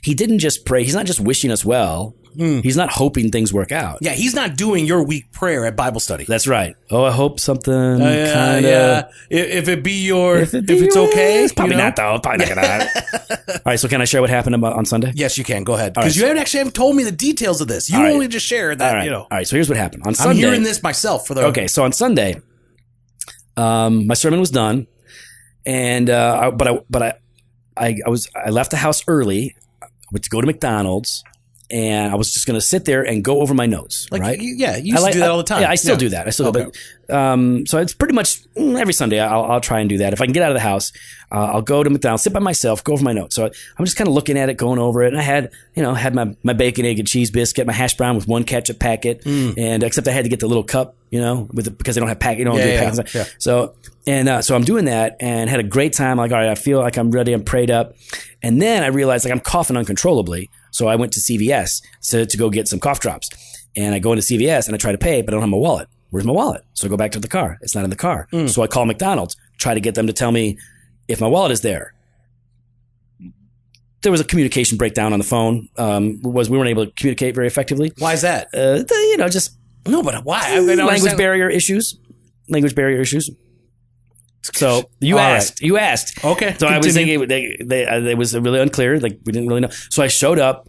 Speaker 1: he didn't just pray, he's not just wishing us well,
Speaker 2: Hmm.
Speaker 1: he's not hoping things work out.
Speaker 2: yeah he's not doing your weak prayer at bible study
Speaker 1: That's right. Oh, I hope something
Speaker 2: Yeah,
Speaker 1: kind of.
Speaker 2: yeah. If, if it be your if,
Speaker 1: it be
Speaker 2: it's
Speaker 1: yours.
Speaker 2: okay you
Speaker 1: Probably
Speaker 2: know?
Speaker 1: not, though. Probably not going to. All right, so can I share what happened about, on Sunday?
Speaker 2: Yes, you can. Go ahead. Because you haven't actually haven't told me the details of this. You
Speaker 1: All right.
Speaker 2: only just shared that,
Speaker 1: All right.
Speaker 2: you know.
Speaker 1: All right, so here's what happened. On
Speaker 2: I'm
Speaker 1: Sunday.
Speaker 2: hearing this myself for the
Speaker 1: Okay, so on Sunday, um, my sermon was done, and uh, I, but I but I, I I was I left the house early, I went to go to McDonald's, and I was just gonna sit there and go over my notes.
Speaker 2: Like,
Speaker 1: right?
Speaker 2: you- yeah, you used
Speaker 1: I like-
Speaker 2: to do that
Speaker 1: I-
Speaker 2: all the time.
Speaker 1: Yeah, I still do that. I still do.
Speaker 2: Okay.
Speaker 1: But, um, so it's pretty much mm, every Sunday. I'll, I'll try and do that. If I can get out of the house, uh, I'll go to McDonald's, sit by myself, go over my notes. So I, I'm just kind of looking at it, going over it. And I had, you know, had my, my bacon, egg, and cheese biscuit, my hash brown with one ketchup packet,
Speaker 2: Mm.
Speaker 1: and except I had to get the little cup, you know, with the, because they don't have packet. You don't
Speaker 2: Yeah,
Speaker 1: do
Speaker 2: yeah,
Speaker 1: packets.
Speaker 2: yeah.
Speaker 1: So and uh, so I'm doing that and had a great time. Like, all right, I feel like I'm ready. I'm prayed up. And then I realized like I'm coughing uncontrollably. So I went to CVS to, to go get some cough drops. And I go into CVS and I try to pay, but I don't have my wallet. Where's my wallet? So I go back to the car. It's not in the car. So I call McDonald's, try to get them to tell me if my wallet is there there was a communication breakdown on the phone. Um, was we weren't able to communicate very effectively.
Speaker 2: Why is that?
Speaker 1: Uh, th- you know, just
Speaker 2: No, but why? I, I don't
Speaker 1: language
Speaker 2: understand.
Speaker 1: barrier issues. Language barrier issues. So you
Speaker 2: All right.
Speaker 1: asked. You asked.
Speaker 2: Okay.
Speaker 1: So I was
Speaker 2: continue.
Speaker 1: thinking they, they, uh, it was really unclear. Like we didn't really know. So I showed up,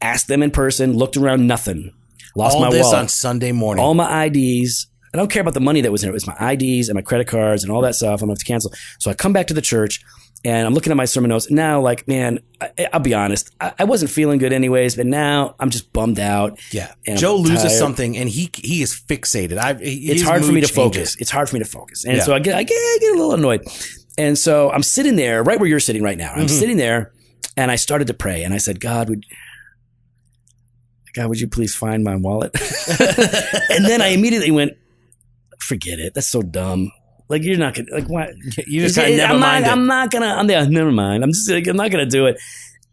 Speaker 1: asked them in person, looked around, nothing. Lost
Speaker 2: all
Speaker 1: my
Speaker 2: this
Speaker 1: wallet.
Speaker 2: on Sunday morning.
Speaker 1: All my IDs. I don't care about the money that was in it. It was my IDs and my credit cards and all that stuff. I'm going to have to cancel. So I come back to the church and I'm looking at my sermon notes. Now, like, man, I, I'll be honest. I, I wasn't feeling good anyways, but now I'm just bummed out.
Speaker 2: yeah.
Speaker 1: And I'm
Speaker 2: Joe loses
Speaker 1: tired.
Speaker 2: something and he he is fixated. I he-
Speaker 1: It's
Speaker 2: his
Speaker 1: hard for me
Speaker 2: mood
Speaker 1: to
Speaker 2: changes.
Speaker 1: focus. It's hard for me to focus. And
Speaker 2: Yeah.
Speaker 1: so Mm-hmm. I get, I get, I get a little annoyed. And so I'm sitting there right where you're sitting right now. I'm sitting there And I started to pray, and I said, God, would God, would you please find my wallet? and then I immediately went, forget it. That's so dumb. Like you're not gonna like what?
Speaker 2: You just
Speaker 1: It-
Speaker 2: kind
Speaker 1: it-
Speaker 2: of never
Speaker 1: I'm
Speaker 2: mind
Speaker 1: not.
Speaker 2: it.
Speaker 1: I'm not gonna. I'm there. Never mind. I'm just. Like, I'm not gonna do it.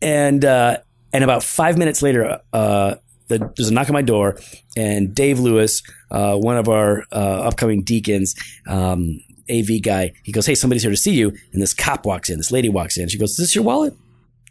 Speaker 1: And uh, and about five minutes later, uh, the, there's a knock on my door, and Dave Lewis, uh, one of our uh, upcoming deacons, um, AV guy, he goes, "Hey, somebody's here to see you." And this cop walks in. This lady walks in. She goes, "Is this your wallet?"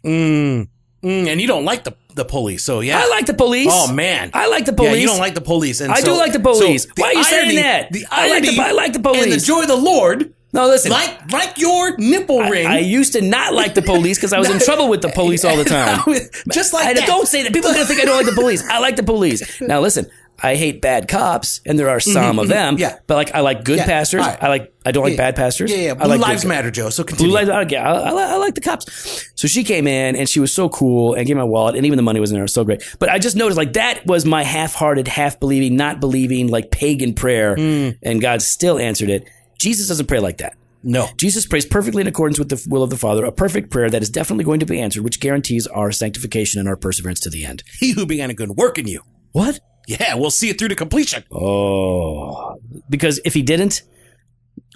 Speaker 2: Mm, mm, and you don't like the the police, so yeah.
Speaker 1: I like the police.
Speaker 2: oh man,
Speaker 1: I like the
Speaker 2: yeah,
Speaker 1: police.
Speaker 2: you don't like the police. And
Speaker 1: I
Speaker 2: so-
Speaker 1: do like the police.
Speaker 2: so the
Speaker 1: Why are you saying
Speaker 2: irony-
Speaker 1: that?
Speaker 2: The
Speaker 1: I like
Speaker 2: irony
Speaker 1: the, I like the
Speaker 2: and the
Speaker 1: police.
Speaker 2: joy of the Lord,
Speaker 1: no, listen.
Speaker 2: like like your nipple ring.
Speaker 1: I used to not like the police because I was in trouble with the police all the time.
Speaker 2: Just like
Speaker 1: I
Speaker 2: that.
Speaker 1: don't say that. People are going to think I don't like the police. I like the police. Now, listen, I hate bad cops, and there are some of them.
Speaker 2: Mm-hmm, yeah.
Speaker 1: But like, I like good
Speaker 2: Yeah,
Speaker 1: pastors.
Speaker 2: all right.
Speaker 1: I like. I don't like
Speaker 2: Yeah,
Speaker 1: bad pastors.
Speaker 2: Yeah, yeah.
Speaker 1: I
Speaker 2: Blue
Speaker 1: like good
Speaker 2: lives
Speaker 1: guys.
Speaker 2: matter, Joe. So continue.
Speaker 1: Blue lives matter. Yeah, I, I, li- I like the cops. So she came in and she was so cool and gave me my wallet and even the money was in there. It was so great. But I just noticed like that was my half-hearted, half-believing, not believing, like pagan prayer,
Speaker 2: Mm.
Speaker 1: and God still answered it. Jesus doesn't pray like that.
Speaker 2: no.
Speaker 1: Jesus prays perfectly in accordance with the will of the Father, a perfect prayer that is definitely going to be answered, which guarantees our sanctification and our perseverance to the end.
Speaker 2: He who began a good work in you.
Speaker 1: What?
Speaker 2: Yeah, we'll see it through to completion.
Speaker 1: Oh. Because if he didn't,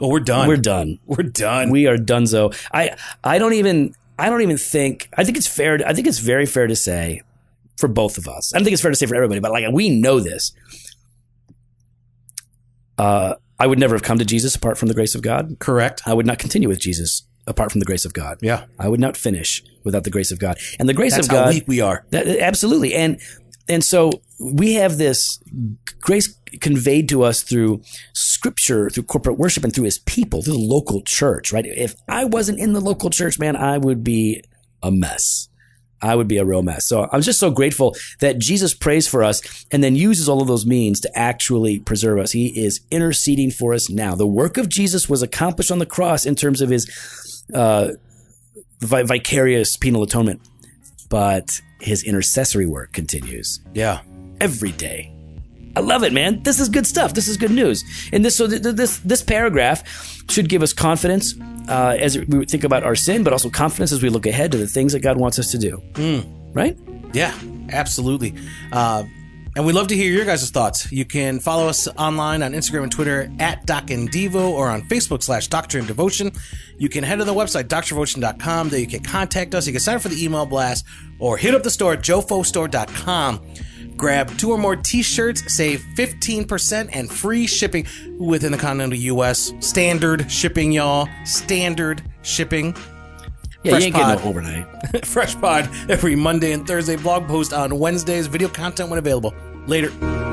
Speaker 2: Oh, we're done.
Speaker 1: we're done.
Speaker 2: We're done.
Speaker 1: We are donezo. I I don't even I don't even think I think it's fair I think it's very fair to say for both of us. I don't think it's fair to say for everybody, but like we know this. Uh I would never have come to Jesus apart from the grace of God.
Speaker 2: Correct.
Speaker 1: I would not continue with Jesus apart from the grace of God.
Speaker 2: Yeah.
Speaker 1: I would not finish without the grace of God. And the grace
Speaker 2: That's
Speaker 1: of God
Speaker 2: how weak we are.
Speaker 1: that, absolutely. And and so we have this grace conveyed to us through scripture, through corporate worship, and through his people, through the local church, right? If I wasn't in the local church, man, I would be a mess. I would be a real mess. So I'm just so grateful that Jesus prays for us and then uses all of those means to actually preserve us. He is interceding for us now. The work of Jesus was accomplished on the cross in terms of his uh, vi- vicarious penal atonement but his intercessory work continues
Speaker 2: Yeah.
Speaker 1: every day. I love it, man. This is good stuff. This is good news. And this, so th- th- this, this paragraph should give us confidence uh, as we think about our sin, but also confidence as we look ahead to the things that God wants us to do.
Speaker 2: Hmm.
Speaker 1: Right?
Speaker 2: Yeah, absolutely. Uh, and we'd love to hear your guys' thoughts. You can follow us online on Instagram and Twitter at Doc and Devo or on Facebook slash Doctor and Devotion. You can head to the website, drvotion.com. There you can contact us. You can sign up for the email blast or hit up the store at jofostore.com. Grab two or more t shirts, save 15% and free shipping within the continental US. Standard shipping, y'all. Standard shipping.
Speaker 1: Yeah,
Speaker 2: Fresh
Speaker 1: you ain't getting
Speaker 2: pod.
Speaker 1: no overnight.
Speaker 2: Fresh Pod every Monday and Thursday, blog post on Wednesdays, video content when available. Later.